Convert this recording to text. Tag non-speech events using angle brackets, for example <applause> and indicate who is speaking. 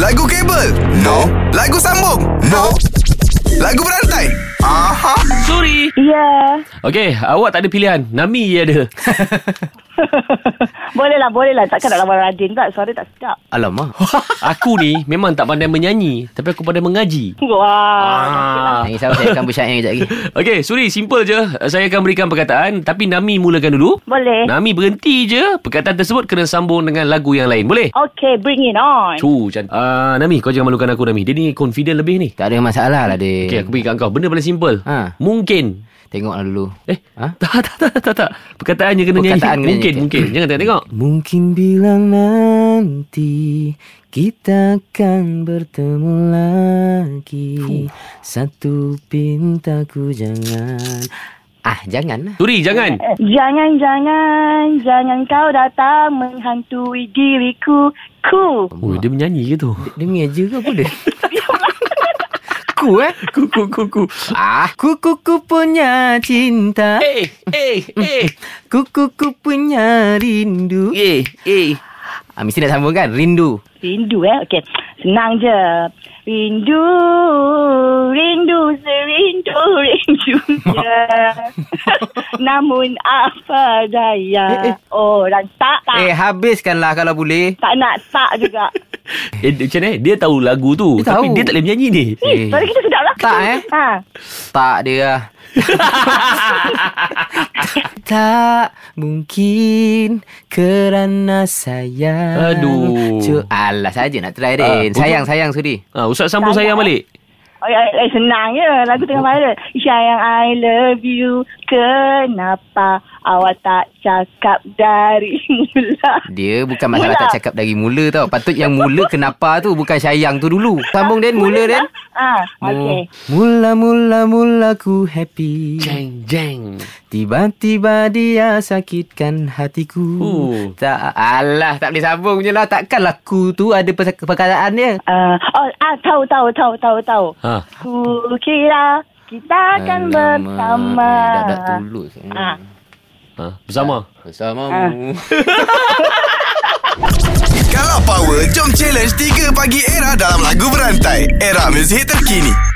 Speaker 1: Lagu kabel? No. Lagu sambung? No. Lagu berantai? Aha.
Speaker 2: Sorry.
Speaker 3: Ya. <laughs>
Speaker 2: Okey, awak tak ada pilihan. Nami je
Speaker 4: <laughs>
Speaker 2: ada.
Speaker 3: Boleh lah, boleh lah. Takkan nak lawan Radin tak? Suara tak sedap.
Speaker 2: Alamak. Aku ni memang tak pandai menyanyi, tapi aku pandai mengaji.
Speaker 3: Wah.
Speaker 2: Ah.
Speaker 4: Yang risau saya akan bersyair
Speaker 2: <laughs>
Speaker 4: kejap lagi
Speaker 2: Okey, Suri, simple je. Saya akan berikan perkataan, tapi Nami mulakan dulu.
Speaker 4: Eh.
Speaker 3: Boleh.
Speaker 2: Nami berhenti je. Perkataan tersebut kena sambung dengan lagu yang lain.
Speaker 4: Eh.
Speaker 2: Boleh?
Speaker 3: Okay, bring it on.
Speaker 2: Cu, cantik. Ah, Nami, kau jangan malukan aku, Nami. Dia ni confident lebih ni.
Speaker 4: Tak ada masalah lah dia
Speaker 2: Okey, aku bagi kat kau. Benda paling simple.
Speaker 4: Ha.
Speaker 2: Mungkin.
Speaker 4: Tengoklah dulu
Speaker 2: Eh,
Speaker 4: Ha?
Speaker 2: <laughs> tak, tak, tak, tak, tak. Perkataannya kena nyanyi.
Speaker 4: Perkataan kena
Speaker 2: mungkin,
Speaker 4: nyanyi.
Speaker 2: mungkin. Jangan tengok-tengok.
Speaker 4: Mungkin bila nanti kita akan bertemu lagi Satu pintaku jangan Ah jangan lah
Speaker 2: Suri, jangan.
Speaker 3: Jangan-jangan, jangan kau datang menghantui diriku. Ku.
Speaker 2: Oh, dia menyanyi ke tu?
Speaker 4: Dia mengaja ke apa dia?
Speaker 2: <laughs>
Speaker 4: ku eh?
Speaker 2: Ku, ku, ku, ku.
Speaker 4: Ah, ku ku ku punya cinta.
Speaker 2: Eh, eh, eh.
Speaker 4: Ku ku ku punya rindu.
Speaker 2: Eh, eh.
Speaker 4: Ah, mesti nak sambung kan? Rindu.
Speaker 3: Rindu eh. Okay. Senang je. Rindu. Rindu serindu
Speaker 4: <laughs>
Speaker 3: rindunya. Namun apa daya. Orang tak tak.
Speaker 4: Eh, habiskanlah kalau boleh.
Speaker 3: Tak nak tak juga.
Speaker 2: Eh, dia macam mana? Dia tahu lagu tu.
Speaker 4: Dia
Speaker 2: tapi
Speaker 4: tahu.
Speaker 2: dia tak boleh menyanyi ni.
Speaker 4: Eh.
Speaker 3: Suara kita sedap lah.
Speaker 4: Tak, eh?
Speaker 3: Ha.
Speaker 4: Tak dia lah. <laughs> tak mungkin kerana sayang.
Speaker 2: Aduh.
Speaker 4: Cu- Alah saja nak
Speaker 2: Ah,
Speaker 4: try Rin.
Speaker 2: untuk-
Speaker 4: sayang, sayang Sudi.
Speaker 2: Ha, Ustaz sambung
Speaker 3: Tak
Speaker 2: sayang
Speaker 3: nak,
Speaker 2: balik.
Speaker 3: Oh, ya, eh, senang je. Lagu tengah viral. Sayang, I love you. Kenapa awak tak cakap dari <laughs> mula?
Speaker 4: Dia bukan masalah
Speaker 3: Mula.
Speaker 4: tak cakap dari mula tau. Patut yang mula kenapa tu bukan sayang tu dulu. Sambung Din, mula Din.
Speaker 3: Ah,
Speaker 4: Ya.
Speaker 3: okay.
Speaker 4: Mula mula mula ku happy.
Speaker 2: Jeng, jeng.
Speaker 4: Tiba-tiba dia sakitkan hatiku.
Speaker 2: Oh.
Speaker 4: Tak alah tak boleh sambung je lah. Takkanlah ku tu ada persa- perkataan dia.
Speaker 3: Uh, oh, ah, tahu, tahu, tahu, tahu, tahu.
Speaker 2: Ha.
Speaker 3: Ku kira kita akan
Speaker 4: Alamak,
Speaker 3: bersama.
Speaker 4: eh, Dah tak tulus. Hmm.
Speaker 3: Ah.
Speaker 2: ha. Bersama.
Speaker 4: Bersamamu.
Speaker 1: Kalau power, jom challenge 3 pagi era dalam lagu berantai. Era muzik terkini.